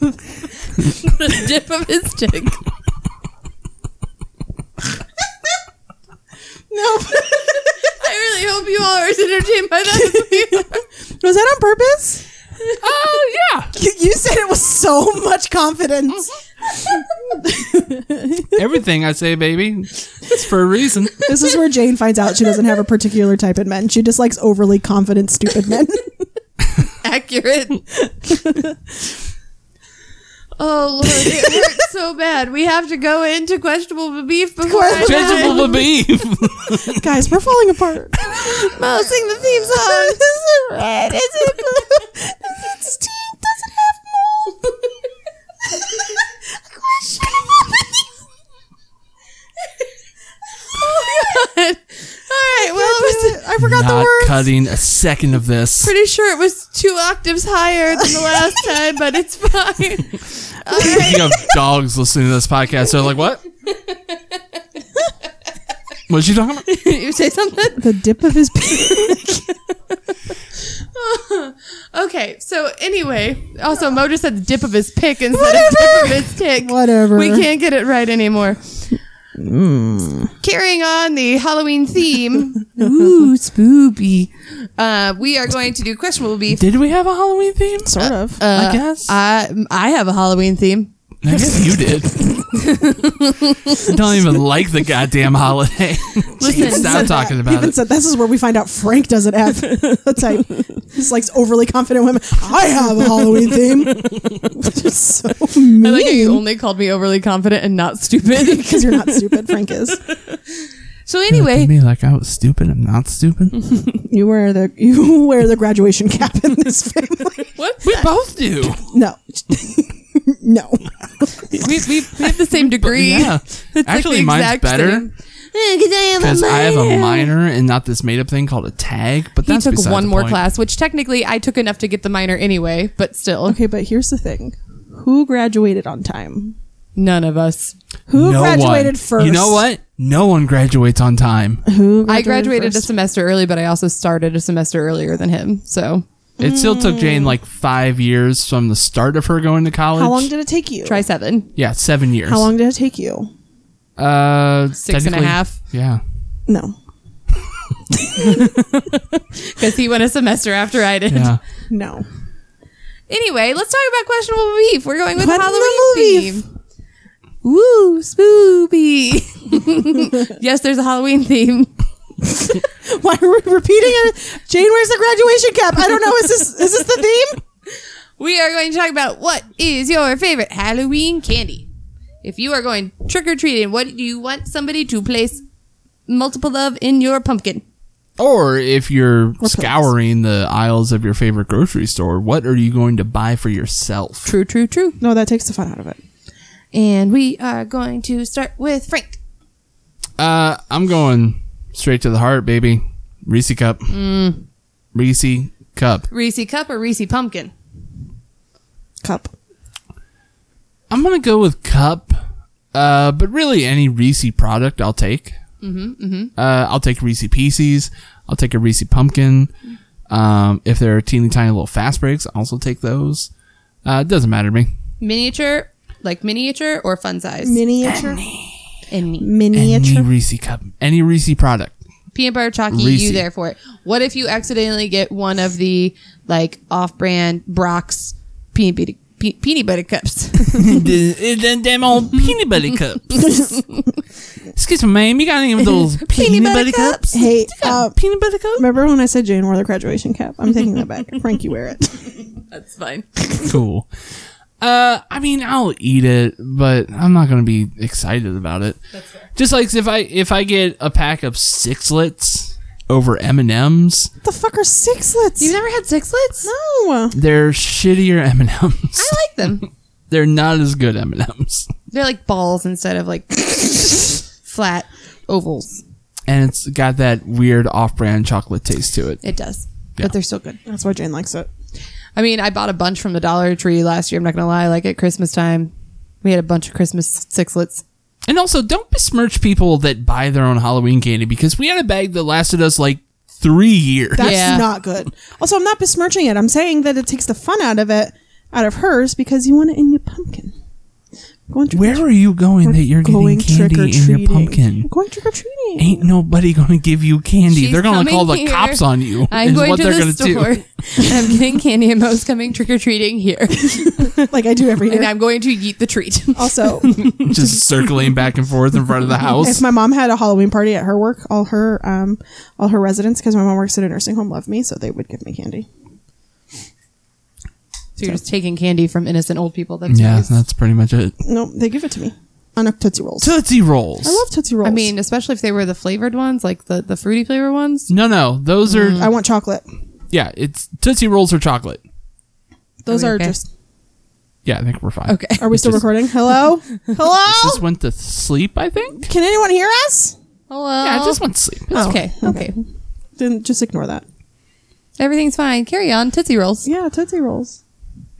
The dip of his dick.
No,
I really hope you all are as entertained by that.
was that on purpose?
Oh yeah.
You, you said it with so much confidence.
Everything I say, baby, it's for a reason.
This is where Jane finds out she doesn't have a particular type of men. She just likes overly confident, stupid men.
accurate. oh Lord, it hurts so bad. We have to go into questionable beef before I die.
Judgeable believe.
Guys, we're falling apart.
Mo, sing the theme song.
Is it red? Is it blue? Does it stink? Does it have mold? Questionable.
Oh God. All right. Well, it was
I forgot the
not
words.
cutting a second of this.
pretty sure it was two octaves higher than the last time, but it's fine.
Speaking of dogs listening to this podcast, they're like, "What? what she talking about?"
you say something?
The dip of his penis.
Okay. So anyway, also Mo just said the dip of his pick instead of dip of his tick.
Whatever.
We can't get it right anymore.
Hmm.
Carrying on the Halloween theme. Ooh, spoopy. Uh, we are going to do questionable beef.
Did we have a Halloween theme?
Sort of.
I guess.
I I have a Halloween theme.
I guess you did. Don't even like the goddamn holiday.
Listen,
stop
said
talking
that.
about
even
it.
said this is where we find out Frank doesn't have the type. He's like overly confident women. I have a Halloween theme. You're so
I like how you
mean
only called me overly confident and not stupid.
because you're not stupid. Frank is.
so
Look at
anyway,
me like I was stupid. I'm not stupid.
Mm-hmm. You wear the you wear the graduation cap in this family.
what?
we both do.
No, no.
We, we, we have the same degree.
yeah.
It's
Actually,
the
mine's
exact
better.
same. Eh, 'cause I am
Because I have a
minor.
minor and not this made up thing called a tag. But
He
that's
took
beside
one
the
more
point.
class, which technically I took enough to get the minor anyway, but still,
Okay, but here's the thing: who graduated on time?
none of us.
Who
No one.
graduated first?
You know what? No one graduates on time.
Who
I graduated
first?
a semester early, but I also started a semester earlier than him. So
It still
Hmm.
took Jane like five years from the start of her going to college.
How long did it take you?
try seven.
yeah, seven years.
How long did it take you?
Uh,
Six and a
technically-
half.
Yeah.
No,
Because he went a semester after I did.
Yeah.
no.
Anyway, let's talk about questionable beef. We're going with
Questionable
Halloween
beef.
theme. Woo, spooky. yes, there's a Halloween theme.
Why are we repeating it? Jane wears the graduation cap. I don't know. Is this is this the theme?
We are going to talk about what is your favorite Halloween candy. If you are going trick or treating, what do you want somebody to place multiple of in your pumpkin?
Or if you're scouring the aisles of your favorite grocery store, what are you going to buy for yourself?
True, true, true.
No, that takes the fun out of it.
And we are going to start with Frank.
Uh, I'm going straight to the heart, baby. Reese cup. Mm. Reese cup.
Reese cup or Reese pumpkin?
Cup.
I'm gonna go with cup. Uh, but really any Reese product I'll take. Mm-hmm, Uh, I'll take Reese pieces. I'll take a Reese pumpkin. Um, if there are teeny tiny little fast breaks, I'll also take those. Uh, it doesn't matter to me.
Miniature, like miniature or fun size?
Miniature.
and me.
Any
Miniature.
Reese cup, any Reese product.
peanut butter chalky you
Reese's.
there for it what if you accidentally get one of the like off-brand brock's peanut butter, pe- peanut butter cups
the, the damn old peanut butter cups. Excuse me, ma'am. You got any of those peanut,
butter
butter cups?
Hey, uh,
Oh, Peanut butter cup?
remember when I said Jane wore the graduation cap? I'm taking that back. Frank, you wear it.
that's fine
Cool. Uh, I mean, I'll eat it, but I'm not gonna be excited about it. That's fair. Just like if I if I get a pack of sixlets over M and M's,
What the fuck are sixlets?
you've never had sixlets no
no.
they're shittier M and M's.
i like them
They're not as good M and M's,
they're like balls instead of like flat ovals
and it's got that weird off-brand chocolate taste to it.
it does
Yeah.
but they're still good
That's why Jane likes it.
i mean i bought a bunch from the dollar tree last year i'm not gonna lie like at christmas time we had a bunch of christmas sixlets
And also, don't besmirch people that buy their own Halloween candy because we had a bag that lasted us like three years.
That's
Yeah.
not good. Also, I'm not besmirching it. I'm saying that it takes the fun out of it, out of hers, because you want it in your pumpkin. Going trick-
Where are you going that you're getting
going
candy in your
trick-or-treating.
pumpkin?
Going trick or treating.
Ain't nobody gonna give you candy.
She's
they're gonna
coming
call the
here.
cops on you.
I'm
is
going
what
to
they're
the
gonna
store.
do.
and I'm getting candy, and Mo's coming trick or treating here.
like I do every
and
year.
I'm going to eat the treat.
Also,
Just circling back and forth in front of the
if
house.
my mom had a Halloween party at her work, all her um, all her residents, because my mom works at a nursing home, love me, so they would give me candy.
So you're just taking candy from innocent old people. That's
Yeah,
nice.
that's pretty much it.
No, they give it to me on a tootsie rolls.
Tootsie rolls.
I love tootsie rolls.
I mean, especially if they were the flavored ones, like the, the fruity flavor ones.
no, no, those are
Mm.
I want chocolate.
yeah. It's tootsie rolls are chocolate.
Those
Are
are,
we okay?
just.
Yeah, I think we're fine.
Okay.
Are we still
Just-
recording? Hello, hello.
Just went to sleep. I think.
Can anyone hear us?
Hello.
Yeah, just went to sleep.
Oh,
okay. Okay.
Then just ignore that.
Everything's fine. Carry on. Tootsie rolls.
Yeah, tootsie rolls.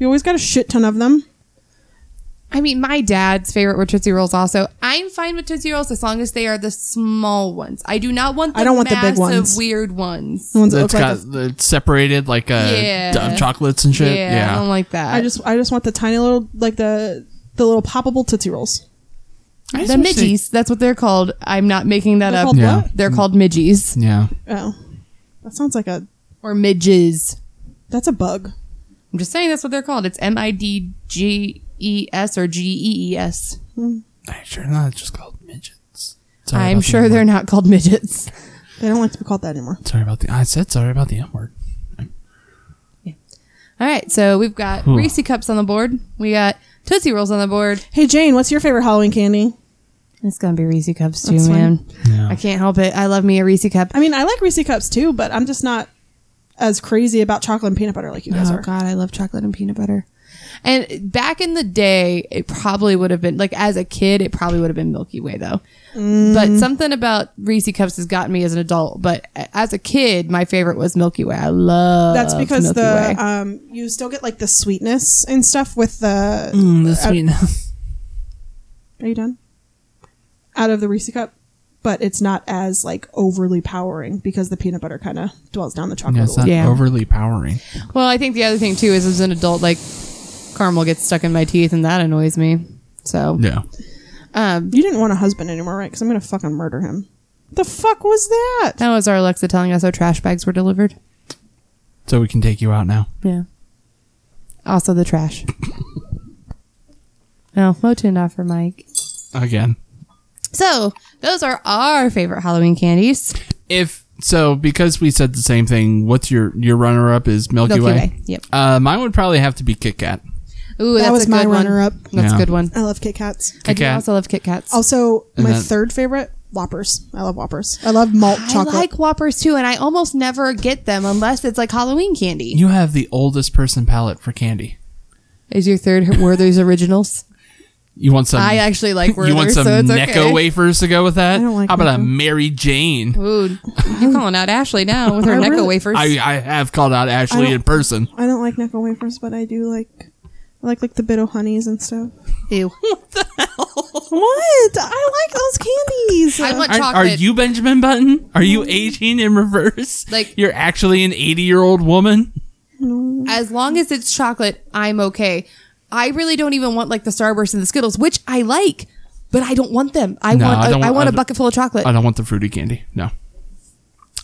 You always got a shit ton of them.
I mean, my dad's favorite were Tootsie Rolls also. I'm fine with Tootsie Rolls as long as they are the small ones. I do not want the
I don't want the big
massive,
ones. Oh,
weird ones.
The ones that
That's
look like.
got
a-
the it's separated like uh,
Yeah.
Dove chocolates and
Yeah,
shit.
I
Yeah,
don't like that.
I just, I just want the tiny little, like the, the little poppable tootsie rolls.
I
the
just wish they-
midgies. That's what they're called. I'm not making that
They're
up.
called
Yeah.
what?
They're called midgies
Yeah,
Oh, that sounds like a.
or midges.
That's a bug.
I'm just saying that's what they're called. It's M I D G E S or G E E S.
I'm sure not just called midgets. Sorry
I'm
about the
sure
N-word.
they're not called midgets.
They don't like to be called that anymore.
Sorry about the. I said sorry about the M word.
All right, so we've got Reese cups on the board. We got Tootsie Rolls on the board.
Hey Jane, what's your favorite Halloween candy?
It's gonna be Reese cups too,
That's fine.
man. I can't help it. I love me a Reese cup.
I mean, I like Reese cups too, but I'm just not as crazy about chocolate and peanut butter like you guys
Oh
are.
God, I love chocolate and peanut butter. And back in the day, it probably would have been like as a kid, it probably would have been Milky Way though.
Mm.
But something about Reese cups has gotten me as an adult. But a- as a kid, my favorite was Milky Way. I love
That's because
Milky
the
Way.
um, you still get like the sweetness and stuff with the. uh,
Mm, the sweetness.
Are you done? Out of the Reese cup, but it's not as like overly powering because the peanut butter kind of dwells down the chocolate.
yeah,
a
it's
little.
not
Yeah.
overly powering.
well, I think the other thing too is as an adult, like caramel gets stuck in my teeth, and that annoys me. So
Yeah.
um,
You didn't want a husband anymore, right? Because I'm gonna fucking murder him. The fuck was that?
that was our Alexa telling us our trash bags were delivered.
So we can take you out now.
Yeah. Also the trash. no, Mo tuned off her mic.
Again.
So those are our favorite Halloween candies.
If so, because we said the same thing. What's your your runner up is Milky,
Milky
Way.
Way, yep.
Uh, mine would probably have to be Kit Kat.
Ooh,
That
that's
was
a good
my
one.
runner-up. Oh,
That's
Yeah.
a good one.
I love Kit Kats.
I
Kit
do
Kat.
also love Kit Kats.
Also,
And
my
that-
third favorite, Whoppers. I love Whoppers. I love malt chocolate.
I like Whoppers too, and I almost never get them unless it's like Halloween candy.
You have the oldest person palette for candy.
Is your third Werther's Originals?
You want some?
I actually like Werther's,
you want some
so it's
Necco
okay.
wafers to go with that?
I don't like
How about a
Necco.
Mary Jane?
Ooh, you're calling out Ashley now with her
I
Necco
really-
wafers.
I, I have called out
I
Ashley
don't-
in person.
I don't like Necco wafers, but I do like I like like the bit of honeys and stuff.
Ew.
What? I like those candies.
I want
Are,
chocolate. Mm-hmm.
are you Benjamin Button? Are you aging in reverse?
Like-
you're actually an 80 year old woman.
as long as it's chocolate, I'm okay. I really don't even want like the Starburst and the Skittles, which I like, but I don't want them. I
No,
want
I
a,
don't want-
I
um,
want
I
a
don't-
bucket full of chocolate.
I don't want the fruity candy. No.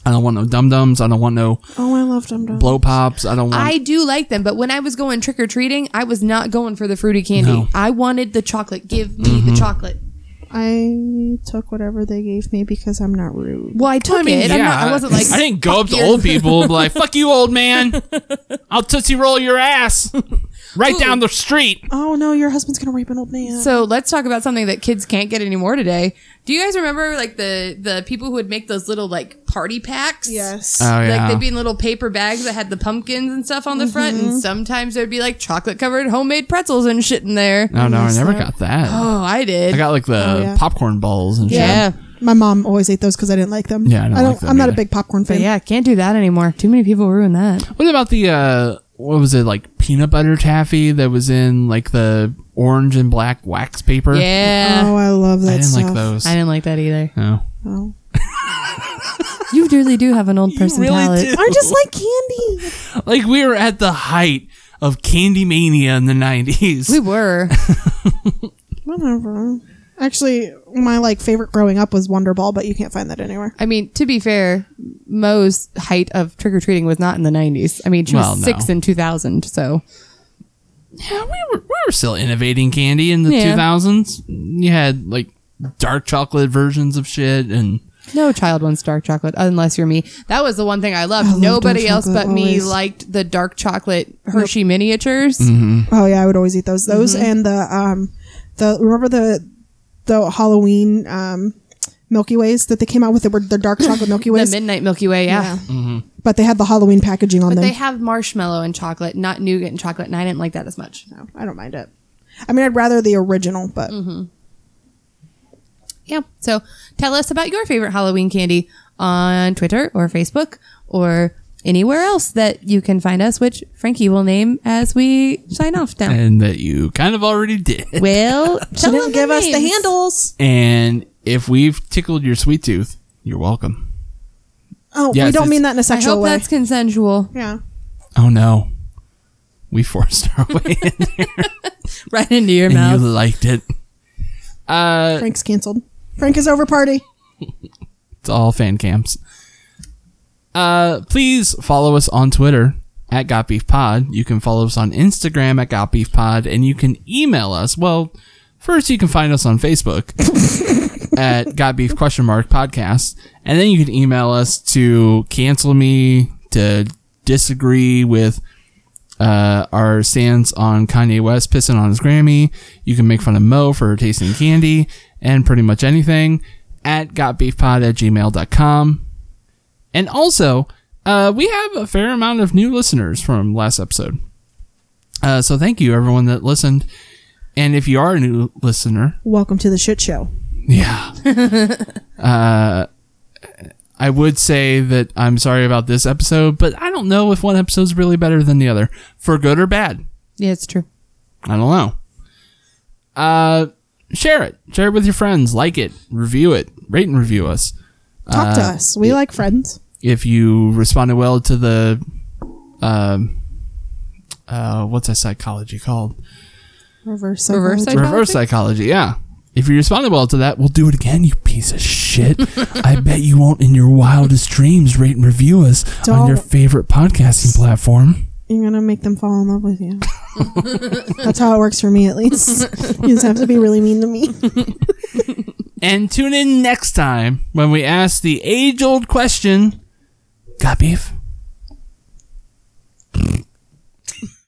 I don't want no dum dums. I don't want no
oh, I love Dum Dum.
blow pops. I don't want.
I do like them, but when I was going trick or treating, I was not going for the fruity candy.
No. Mm-hmm.
I wanted the chocolate. Give me the chocolate.
I took whatever they gave me because I'm not rude.
Well, I took it. I'm not, I wasn't like
I didn't
"Fuck
go up to
you."
old people and be like, "Fuck you, old man! I'll tootsie roll your ass right down the street."
Oh no, your husband's gonna rape an old man.
So let's talk about something that kids can't get anymore today. Do you guys remember like the the people who would make those little like party packs?
yes.
Oh yeah.
Like they'd be in little paper bags that had the pumpkins and stuff on the front, and sometimes there'd be like chocolate covered homemade pretzels and shit in there.
no, no, I never got that.
Oh, I did.
I got like the
Oh, yeah.
popcorn balls and shit.
yeah,
my mom always ate those because I didn't like them.
Yeah, I don't like them
I'm not a
either.
big popcorn
but
fan.
yeah, can't do that anymore. Too many people ruin that.
What about the uh what was it like peanut butter taffy that was in like the orange and black wax paper?
Yeah,
Oh, I love that
I didn't
stuff.
like those.
Oh, I didn't like that either.
no.
Oh.
You really do have an old person
really
palate.
do.
I just like candy.
Like we were at the height of candy mania in the nineties.
We were.
Whatever. Actually, my like favorite growing up was Wonder Ball, but you can't find that anywhere.
I mean, to be fair, Mo's height of trick or treating was not in the '90s. I mean, she was
Well, no.
six in 2000. So
Yeah, we were we were still innovating candy in the two
Yeah.
thousands. You had like dark chocolate versions of shit and
no child wants dark chocolate unless you're me. That was the one thing I loved.
love
Nobody
dark
else but
chocolate,
me
always.
liked the dark chocolate Hershey miniatures.
Oh yeah, I would always eat those. Those
Mm-hmm.
and the um the remember the the Halloween um Milky Ways that they came out with that were the dark chocolate Milky
The
Ways.
Midnight Milky Way, yeah.
Mm-hmm.
But they had the Halloween packaging on
But
them.
they have marshmallow and chocolate, not nougat and chocolate, and I didn't like that as much.
No, I don't mind it. I mean, I'd rather the original, but
Mm-hmm. Yeah. So tell us about your favorite Halloween candy on Twitter or Facebook or anywhere else that you can find us, which Frankie will name as we sign off now.
and that you kind of already did.
Will
she didn't
tell them their
give us the
names.
handles.
And if we've tickled your sweet tooth, you're welcome.
Oh, we
Yes,
don't
it's-
mean that in a
I
sexual
hope
way.
that's consensual.
yeah.
Oh no. We forced our way in
Right into your
and you
mouth.
liked it. Uh
Frank's canceled. Frank is over party.
it's all fan camps. Uh please follow us on Twitter at Got Beef Pod. You can follow us on Instagram at Got Beef Pod, and you can email us. Well, first you can find us on Facebook at Got Beef question mark podcast, and then you can email us to cancel me to disagree with uh, our stance on Kanye West pissing on his Grammy. You can make fun of Mo for tasting candy and pretty much anything at gotbeefpod at gmail.com. And also, uh, we have a fair amount of new listeners from last episode. Uh, so thank you, everyone that listened. And if you are a new listener,
Welcome to the shit show.
yeah. uh, I would say that I'm sorry about this episode, but I don't know if one episode's really better than the other, for good or bad.
Yeah, it's true.
I don't know. Uh, share it. Share it with your friends. Like it. Review it. Rate and review us.
Talk to
Uh,
us. We like friends.
If you responded well to the, um, uh, what's that psychology called?
Reverse.
Reverse
psychology.
psych-
Reverse psychology. Yeah. If you responded well to that, we'll do it again. You piece of shit. I bet you won't, in your wildest dreams, rate and review us on your
Don't.
favorite podcasting platform.
You're gonna make them fall in love with you. That's how it works for me, at least. You just have to be really mean to me.
And tune in next time when we ask the age old question Got beef?